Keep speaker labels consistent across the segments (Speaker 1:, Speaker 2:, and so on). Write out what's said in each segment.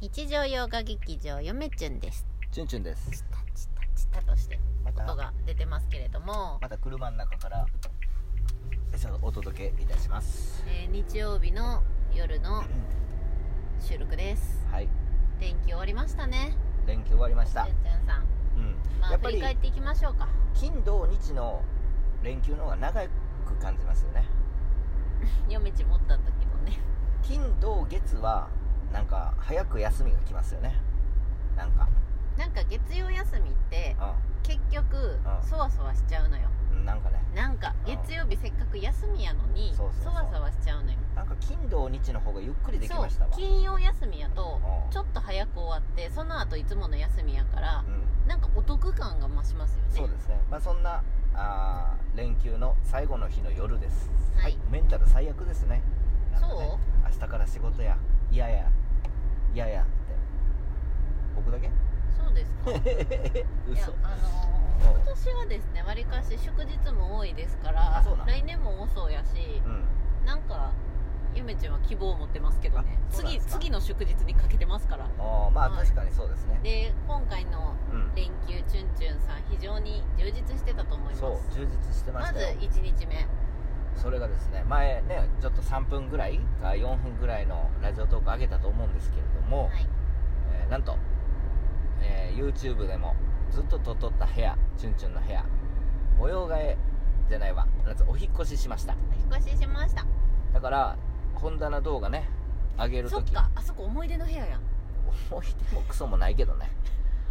Speaker 1: 日常洋画劇場よめちゅんです
Speaker 2: チュンチュンです
Speaker 1: タチタチタとして
Speaker 2: ま
Speaker 1: 音
Speaker 2: た
Speaker 1: が出てますけれども、
Speaker 2: また車の中から餌をお届けいたします
Speaker 1: えー日曜日の夜の収録です
Speaker 2: はい
Speaker 1: 天気終わりましたね
Speaker 2: 連休終わりまし
Speaker 1: ちゅん
Speaker 2: た
Speaker 1: ちゅんさん
Speaker 2: うん
Speaker 1: ま
Speaker 2: や
Speaker 1: あ
Speaker 2: っぱ
Speaker 1: 振り
Speaker 2: り
Speaker 1: 返っていきましょうか
Speaker 2: 金土日の連休の方が長く感じますよね
Speaker 1: よめちゅん持ったんだけどね
Speaker 2: 金土月はなんか早く休みが来ますよねなんか
Speaker 1: なんか月曜休みって結局
Speaker 2: うん
Speaker 1: そわそわしちゃうのよ
Speaker 2: うんなんかね
Speaker 1: なんか
Speaker 2: うん
Speaker 1: 月曜日せっかく休みやのにそ
Speaker 2: そうそうそう
Speaker 1: わそわしちゃうのよ
Speaker 2: なんか金土日の方がゆっくりでき
Speaker 1: そう
Speaker 2: ましたわ
Speaker 1: 金曜休みやと
Speaker 2: うん
Speaker 1: ちょっと早く終わってその後いつもの休みやから
Speaker 2: うん
Speaker 1: なんかお得感が増しますよね
Speaker 2: そうですね、まあ、そんなあー連休の最後の日の夜です、
Speaker 1: はい
Speaker 2: メンタル最悪ですねなんかね
Speaker 1: そ
Speaker 2: 明日から仕事や嫌や嫌ややって僕 だけ
Speaker 1: そうです かいや
Speaker 2: 嘘
Speaker 1: あのー今年はですねわりかし祝日も多いですから
Speaker 2: あそうなん
Speaker 1: 来年も多そうやし
Speaker 2: うん
Speaker 1: なんかゆめちゃんは希望を持ってますけどね
Speaker 2: あそうなん
Speaker 1: 次
Speaker 2: ですか
Speaker 1: 次の祝日にかけてますから
Speaker 2: あーまあ
Speaker 1: はい
Speaker 2: 確かにそうですね、
Speaker 1: で今回の
Speaker 2: うん
Speaker 1: 連休チュンチュンさん非常に充実してたと思います
Speaker 2: そう充実してま
Speaker 1: ま
Speaker 2: し
Speaker 1: ず
Speaker 2: たよ
Speaker 1: 1日目
Speaker 2: それがですね前ねちょっと3分ぐらいか4分ぐらいのラジオトーク上げたと思うんですけれども、
Speaker 1: はい
Speaker 2: えーなんと、えー YouTube でもずっととっとった部屋チュンチュンの部屋模様替えじゃないわなんつお引っ越ししました
Speaker 1: お引っ越ししました
Speaker 2: だから本棚動画ね上げる
Speaker 1: そ
Speaker 2: と
Speaker 1: っ
Speaker 2: き
Speaker 1: かあそこ思い出の部屋やん
Speaker 2: 思い出もクソもないけどね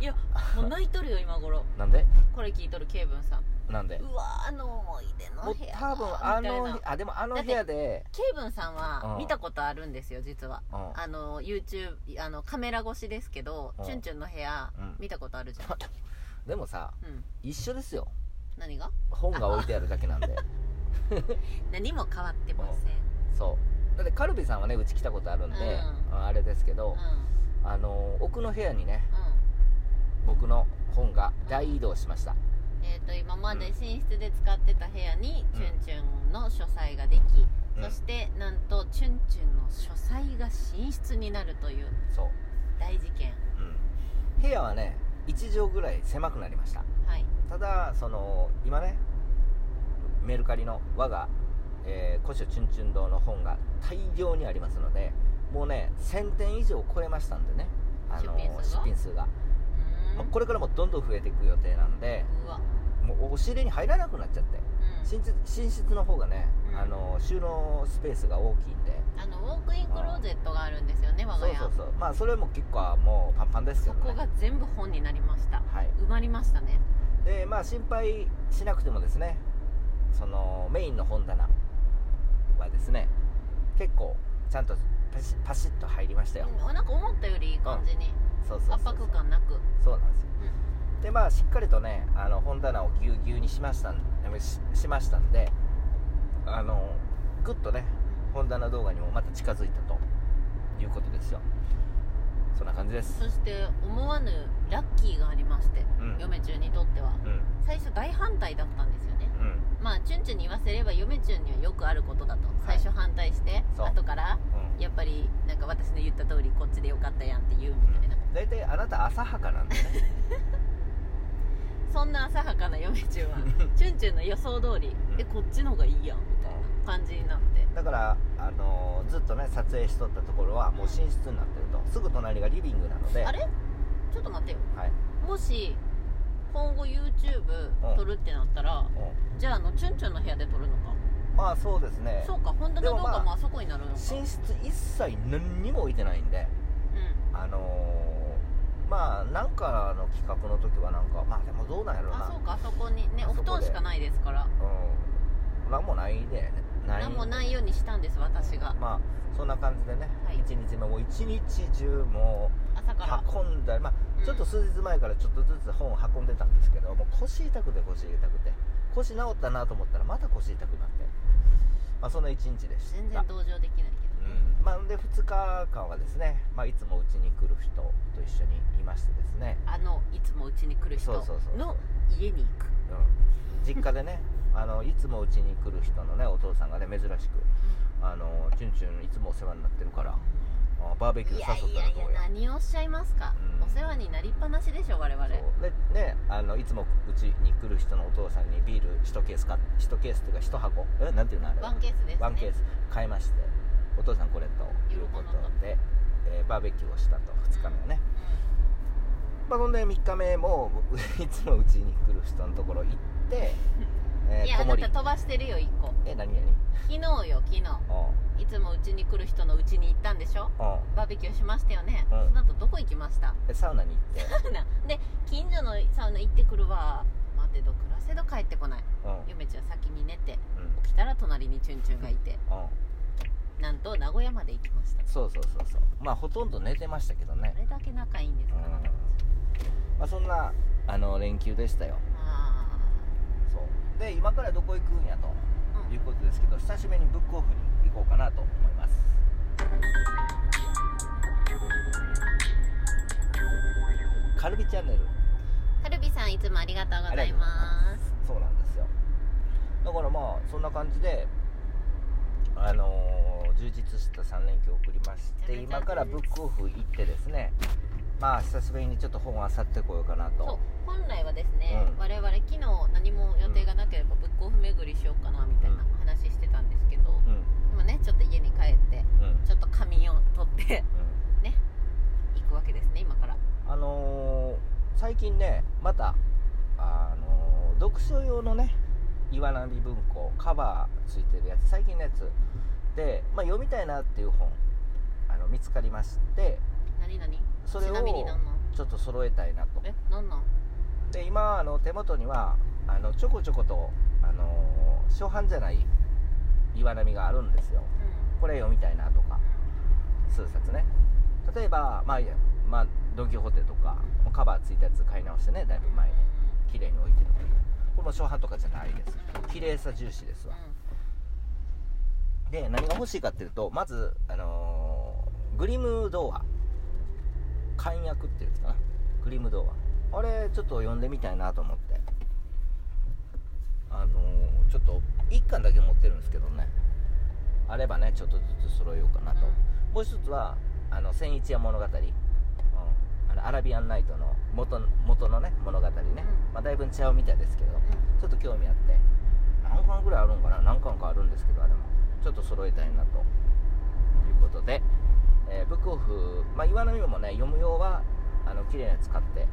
Speaker 1: いや もう泣いとるよ今頃
Speaker 2: なんで
Speaker 1: これ聞いとるケイブンさん
Speaker 2: なんで
Speaker 1: うわあの思い出
Speaker 2: も
Speaker 1: の
Speaker 2: う
Speaker 1: 部屋
Speaker 2: 多分あ
Speaker 1: みたい
Speaker 2: の
Speaker 1: な
Speaker 2: あでもあの部屋で
Speaker 1: ケイブンさんは
Speaker 2: うん
Speaker 1: 見たことあるんですよ実は
Speaker 2: うん
Speaker 1: あの YouTube あのカメラ越しですけど
Speaker 2: うん
Speaker 1: チュンチュンの部屋
Speaker 2: うん
Speaker 1: 見たことあるじゃん
Speaker 2: でもさ
Speaker 1: うん
Speaker 2: 一緒ですよ
Speaker 1: 何が
Speaker 2: 本が置いてあるだけ なんで
Speaker 1: 何も変わってま
Speaker 2: そうだってカルビさんはねうち来たことあるんで、
Speaker 1: う
Speaker 2: あれですけど、
Speaker 1: せ
Speaker 2: あの奥の部屋にね
Speaker 1: んうんうん
Speaker 2: 僕の本が大移動しました
Speaker 1: えー、と今まで寝室で使ってた部屋に
Speaker 2: うん
Speaker 1: チュンチュンの書斎ができ、
Speaker 2: うん
Speaker 1: そしてなんとチュンチュンの書斎が寝室になるという
Speaker 2: そう、
Speaker 1: 大事件
Speaker 2: うん、部屋はね1畳ぐらい狭くなりました
Speaker 1: はい
Speaker 2: ただその今ねメルカリの我が、えー、古書チュンチュン堂の本が大量にありますのでもうね1000点以上超えましたんでねあの
Speaker 1: 出品数が
Speaker 2: 出品数が、
Speaker 1: うー
Speaker 2: まあ
Speaker 1: ん
Speaker 2: これからもどんどん増えていく予定なんで
Speaker 1: うわ
Speaker 2: もう押し入れに入らなくなっちゃって
Speaker 1: う
Speaker 2: 寝室寝室の方がね、
Speaker 1: うん
Speaker 2: あの収納スペースが大きいんで
Speaker 1: んあのウォークインクローゼットがあるんですよね我
Speaker 2: そ
Speaker 1: が
Speaker 2: う
Speaker 1: 家
Speaker 2: そうそうまあそれも結構もうパンパンですけ
Speaker 1: そ
Speaker 2: どね
Speaker 1: こが全部本になりました
Speaker 2: はい
Speaker 1: 埋まりましたね
Speaker 2: でまあ心配しなくてもですねそのメインの本棚はですね結構ちゃんとパシパシッと入りましたよ、
Speaker 1: うんなんか思ったよりいい感じに
Speaker 2: そうそうそう
Speaker 1: 圧迫感なく
Speaker 2: そうなんですよ、でまあしっかりとねあの本棚をぎゅうぎゅうにしましたんししましたんであのぐっとね本棚動画にもまた近づいたということですよそんな感じです
Speaker 1: そして思わぬラッキーがありまして
Speaker 2: うんうん
Speaker 1: 嫁中にとっては最初大反対だったんですよね
Speaker 2: うん
Speaker 1: まあチュンチュンに言わせれば嫁チュンにはよくあることだと最
Speaker 2: い
Speaker 1: 初反対して、
Speaker 2: そう
Speaker 1: 後から
Speaker 2: うん
Speaker 1: やっぱりなんか私の言った通りこっちでよかったやんって言うみたいな、
Speaker 2: 大体あなた浅はかなんでね
Speaker 1: そんな浅はかな嫁チュンはチュンチュンの予想通り、
Speaker 2: うん
Speaker 1: えこっちの方がいいやんみたいな感じになって
Speaker 2: だから、あのーずっとね撮影しとったところはもう寝室になってるとすぐ隣がリビングなので
Speaker 1: あれちょっと待ってよ
Speaker 2: はい、
Speaker 1: もし今後 YouTube 撮るってなったら、
Speaker 2: う
Speaker 1: じゃああのチュンチュンの部屋で撮るのか、
Speaker 2: ん、まあそうですね
Speaker 1: そうか本当の動
Speaker 2: でもま
Speaker 1: 画
Speaker 2: あ
Speaker 1: もあそこになるのか、
Speaker 2: 寝室一切何にも置いてないんであのーまあなんかの企画の時はなんかまあでもどうなんや
Speaker 1: う
Speaker 2: ろ
Speaker 1: ん
Speaker 2: うな
Speaker 1: あそうかあそこにね
Speaker 2: あ
Speaker 1: お
Speaker 2: そ
Speaker 1: 布
Speaker 2: こで
Speaker 1: 団しかないですから
Speaker 2: うんなんもないでない
Speaker 1: 何もないようにしたんです私が
Speaker 2: まあそんな感じでね、
Speaker 1: はい
Speaker 2: 一日目もう一日中も
Speaker 1: 朝から
Speaker 2: う運んだりまあ
Speaker 1: うん
Speaker 2: ちょっと数日前からちょっとずつ本を運んでたんですけどもう腰痛くて腰痛くて腰治ったなと思ったらまた腰痛くなって、まあ、そんな一日でした
Speaker 1: 全然同情できないけどね、
Speaker 2: うんまあ、で2日間はですね、まあ、いつもうちに来る人と一緒にいましてですね、
Speaker 1: あのいつもうちに来る人
Speaker 2: そうそうそう
Speaker 1: の家に行く
Speaker 2: うん、実家でね あのいつもうちに来る人のねお父さんがね珍しく「あのチュンチュンいつもお世話になってるからあバーベキュー
Speaker 1: いや
Speaker 2: 誘っ
Speaker 1: い
Speaker 2: たら
Speaker 1: やい
Speaker 2: ど
Speaker 1: や
Speaker 2: うや
Speaker 1: 何をおっしゃいますか、
Speaker 2: うん
Speaker 1: お世話になりっぱなしでしょ我々
Speaker 2: そうでねあのいつもうちに来る人のお父さんにビール1ケースか1ケースっていうか1箱えなんていうのあれ
Speaker 1: ワンケースですね
Speaker 2: ワンケース買いましてお父さんこれということで、えーバーベキューをしたと2日目はね、まあ、そんで3日目も いつもうちに来る人のところ行 って、
Speaker 1: う
Speaker 2: え
Speaker 1: ん、
Speaker 2: ー
Speaker 1: いやあ
Speaker 2: 子
Speaker 1: な
Speaker 2: 守
Speaker 1: た飛ばしてるよ一個
Speaker 2: え何々
Speaker 1: 昨日よ昨日
Speaker 2: おう
Speaker 1: いつもうちに来る人のうちに行ったんでしょ
Speaker 2: おう
Speaker 1: バーベキューしましたよね、
Speaker 2: うん
Speaker 1: その後どこ行きました
Speaker 2: えサウナに行って
Speaker 1: サウナで近所のサウナ行ってくるわ待てど暮らせど帰ってこない
Speaker 2: うん
Speaker 1: ゆめちゃん先に寝て
Speaker 2: うん
Speaker 1: 起きたら隣にチュンチュンがいて
Speaker 2: うん
Speaker 1: なんと名古屋まで行きました
Speaker 2: そうそうそうそうまあほとんど寝てましたけどね
Speaker 1: あ、れだけ仲いいんですから、
Speaker 2: うんまあ、そんなあの連休でしたよ
Speaker 1: あ
Speaker 2: そうで今からどこ行くんやと
Speaker 1: あ、うん
Speaker 2: いうことですけど久しぶりにブックオフに行こうかなと思いますカルビチャンネル
Speaker 1: カルビさんいつもありがとうございます
Speaker 2: そうなんですよだからまあそんな感じであのー充実した3連休を送りまして
Speaker 1: めちゃめちゃ
Speaker 2: 今からブックオフ行ってですねまあ久しぶりにちょっと本を漁ってこようかな
Speaker 1: そう
Speaker 2: と
Speaker 1: 本来はですね、
Speaker 2: うん
Speaker 1: 我々昨日何も予定がなければブックオフ巡りしようかなみたいな話してたんですけど、
Speaker 2: うん
Speaker 1: 今ねちょっと家に帰って
Speaker 2: うんうん
Speaker 1: ちょっと仮眠を取って行くわけですね今から
Speaker 2: あのー最近ねまた、あのー読書用のね岩波文庫カバーついてるやつ最近のやつで、まあ、読みたいなっていう本あの見つかりまして
Speaker 1: 何々
Speaker 2: それ
Speaker 1: ち
Speaker 2: を
Speaker 1: なみに何なん
Speaker 2: ちょっと揃えたいなと
Speaker 1: え何なん
Speaker 2: で今あの手元にはあのちょこちょこと、あのー初版じゃない岩波があるんですよ
Speaker 1: う
Speaker 2: これ読みたいなとか数冊ね例えばまあいいやまあドン・キホーテとかもうカバーついたやつ買い直してねだいぶ
Speaker 1: ん
Speaker 2: 前に
Speaker 1: うん
Speaker 2: 綺麗に置いてるこれも初版とかじゃないです綺麗さ重視です
Speaker 1: うん
Speaker 2: わで何が欲しいかっていうとまずあのーグリム童話簡約っていうんですかなグリム童話あれちょっと読んでみたいなと思ってあのーちょっと1巻だけ持ってるんですけどねあればねちょっとずつ揃えようかなと、もう一つはあの千一夜物語、うん、あのアラビアンナイトの元元のね物語ね、
Speaker 1: う
Speaker 2: まあ、だいぶ違うみたいですけど
Speaker 1: うんうん
Speaker 2: ちょっと興味あって何巻ぐらいあるんかな何巻かあるんですけどあれもちょっと揃えたいなということで、えーブックオフ、まあ、岩波もね読む用はあの綺麗なやつ買って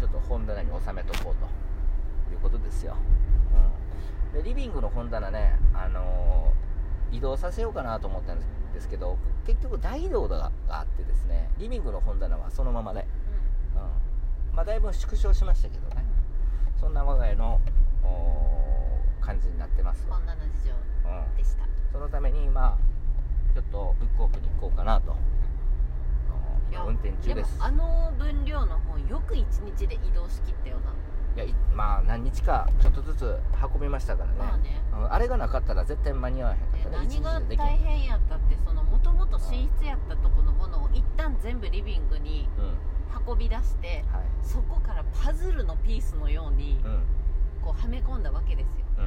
Speaker 2: ちょっと本棚に収めとこうということですよ、うん、でリビングの本棚ね、あのー移動させようかなと思ったんですけど結局大移動があってですねリビングの本棚はそのままで、うんまあ、だいぶ縮小しましたけどねそんな我が家のおー感じになってます
Speaker 1: うん
Speaker 2: わ、
Speaker 1: こんなの事情
Speaker 2: うん、
Speaker 1: でした
Speaker 2: そのために今ちょっとブックオフに行こうかなと、うん
Speaker 1: いや
Speaker 2: 今運転中
Speaker 1: で
Speaker 2: で
Speaker 1: も
Speaker 2: す
Speaker 1: あの分量の本よく1日で移動しきったよな、
Speaker 2: いやいまあ何日かちょっとずつ運びましたからね,うん、
Speaker 1: まあね
Speaker 2: あれがなかったら絶対間に合わへんか
Speaker 1: で
Speaker 2: ったね一
Speaker 1: 何が
Speaker 2: 日でできへ
Speaker 1: 大
Speaker 2: ん
Speaker 1: 変やったってそのもともと寝室やったとこのものを一旦全部リビングに
Speaker 2: うん
Speaker 1: 運び出して
Speaker 2: はい
Speaker 1: そこからパズルのピースのように
Speaker 2: うん
Speaker 1: こうはめ込んだわけですよ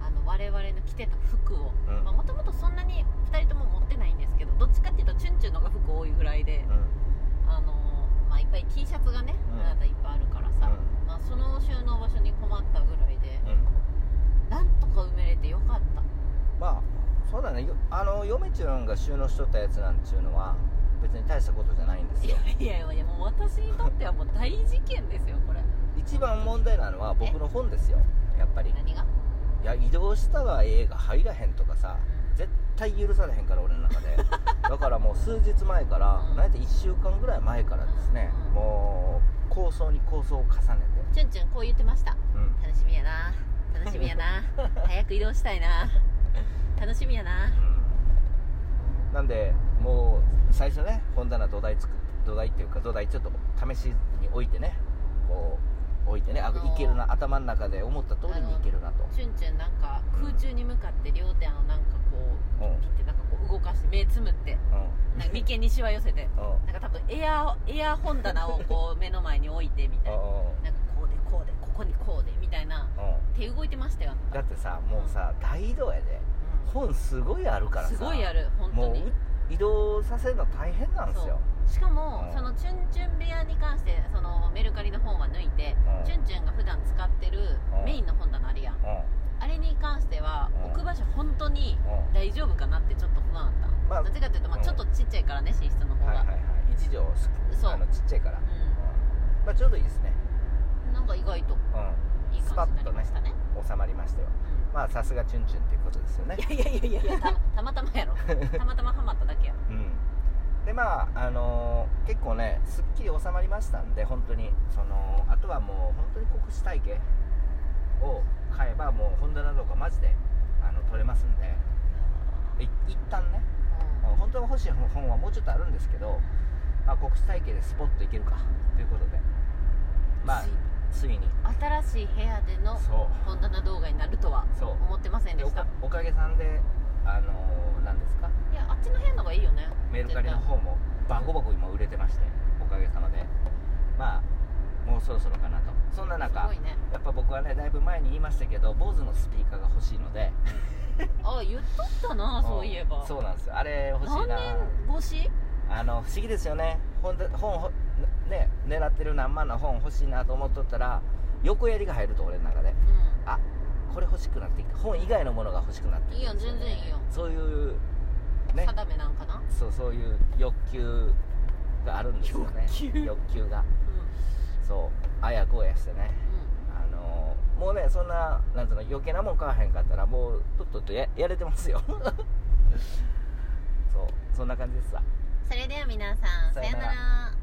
Speaker 1: あの我々の着てた服を
Speaker 2: うんうん
Speaker 1: もともとそんなに2人とも持ってないんですけどどっちかっていうとチュンチュンのが服多いぐらいで
Speaker 2: うん
Speaker 1: あのーまあいっぱい T シャツがね
Speaker 2: うん
Speaker 1: あなたいっぱいあるからさ、まあ、その収納場所に困ったぐらいで
Speaker 2: うんうん
Speaker 1: なんとか埋めれてよかった
Speaker 2: まあそうだねよあの嫁ちゅんが収納しとったやつなんちゅうのは別に大したことじゃないんです
Speaker 1: い
Speaker 2: よ
Speaker 1: やいやいやいやもう私にとってはもう大事件ですよこれ
Speaker 2: 一番問題なのは僕の本ですよやっぱり
Speaker 1: 何が
Speaker 2: いや移動したらええが入らへんとかさ絶対許されへんから俺の 中でだからもう数日前から
Speaker 1: うん
Speaker 2: 何やって1週間ぐらい前からですね
Speaker 1: うん
Speaker 2: もう構想に構想を重ねて
Speaker 1: チュンチュンこう言ってました
Speaker 2: うん
Speaker 1: 楽しみやな楽しみや な早く移動したいな楽しみやな
Speaker 2: うんなんでもう最初ね本棚土台つく土台っていうか土台ちょっと試しに置いてねこう置いてねあ
Speaker 1: うん
Speaker 2: いけるな頭の中で思った通りにいけるなと、
Speaker 1: チュンチュンなんか空中に向かって両手をなんかこう
Speaker 2: うんうん
Speaker 1: ピッてなんかこう動かして目つむってなんか眉間にしわ寄せて
Speaker 2: うん
Speaker 1: なんか多分エアーエアー本棚をこう目の前に置いてみたいな
Speaker 2: うん
Speaker 1: なんかこうでこうでここにこうでみたいな
Speaker 2: う
Speaker 1: 手動いてましたよ
Speaker 2: んだってさもうさ大移動やで
Speaker 1: うん
Speaker 2: 本すごいあるからさ
Speaker 1: すごいやる本当
Speaker 2: もう
Speaker 1: に
Speaker 2: う移動させるの大変なんですよ
Speaker 1: しかも、
Speaker 2: うん
Speaker 1: そのチュンチュン部屋に関してそのメルカリの本は抜いて、
Speaker 2: うん
Speaker 1: チュンチュンが普段使ってる
Speaker 2: うん
Speaker 1: メインの本棚あるやん、
Speaker 2: うん
Speaker 1: あれに関しては、
Speaker 2: うん
Speaker 1: 置く場所本当に
Speaker 2: うん
Speaker 1: 大丈夫かなってちょっと不安あった、
Speaker 2: まあ
Speaker 1: なぜかというと、まあ、
Speaker 2: うん
Speaker 1: ちょっとちっちゃいからね寝室の方が、
Speaker 2: はいはいはい一畳す
Speaker 1: そう
Speaker 2: あのちっちゃいから、うんまあちょうどいいですね
Speaker 1: うん、なんか意外と
Speaker 2: う
Speaker 1: いい感じになりましたね
Speaker 2: ん収まりましたよまあさすがチュンチュンっていうことですよね
Speaker 1: うんいやいやいやいやた たまたまやろたまたまハマっただけや
Speaker 2: うんでまああのー結構ねすっきり収まりましたんで本当にそのあとはもう本当に国士体系を買えばもう本棚とかマジであの取れますんでい一旦ね
Speaker 1: う
Speaker 2: 本当は欲しい本はもうちょっとあるんですけど、まあ、国士体系でスポッといけるかということで
Speaker 1: ん
Speaker 2: まあついに
Speaker 1: 新しい部屋での
Speaker 2: そう
Speaker 1: 本棚動画になるとは
Speaker 2: そう
Speaker 1: 思ってませんで
Speaker 2: でお
Speaker 1: した
Speaker 2: かおかげさんであのーなんですか
Speaker 1: いやあっちの部屋の方がいいよね
Speaker 2: メルカリの方もバコバコ今売れてましておかげさまでまあもうそろそろかなとそんな
Speaker 1: す
Speaker 2: 中
Speaker 1: ごいね
Speaker 2: やっぱ僕はねだいぶ前に言いましたけど BOSE のスピーカーが欲しいので
Speaker 1: あ言っとったなそういえば
Speaker 2: んそうなんですよあれ欲し
Speaker 1: 何
Speaker 2: いな
Speaker 1: 年越し
Speaker 2: あの不思議ですよね本で本ほね狙ってる何万の本欲しいなと思っとったら横やりが入ると俺の中で
Speaker 1: う
Speaker 2: これ欲しくなってきた本以外のものが欲しくなってきたんですよね
Speaker 1: いいよ全然いいよ
Speaker 2: そういうんね
Speaker 1: 定めなんかな
Speaker 2: そうそういう欲求があるんですよね
Speaker 1: 欲求
Speaker 2: 欲求が
Speaker 1: うん
Speaker 2: そうあやこうやしてねあのーもうねそんななんつうの余計なもん買わへんかったらもうとっととややれてますよ そうそんな感じですわ
Speaker 1: それでは皆さんさ
Speaker 2: さ
Speaker 1: よ
Speaker 2: よ
Speaker 1: な
Speaker 2: なら
Speaker 1: ら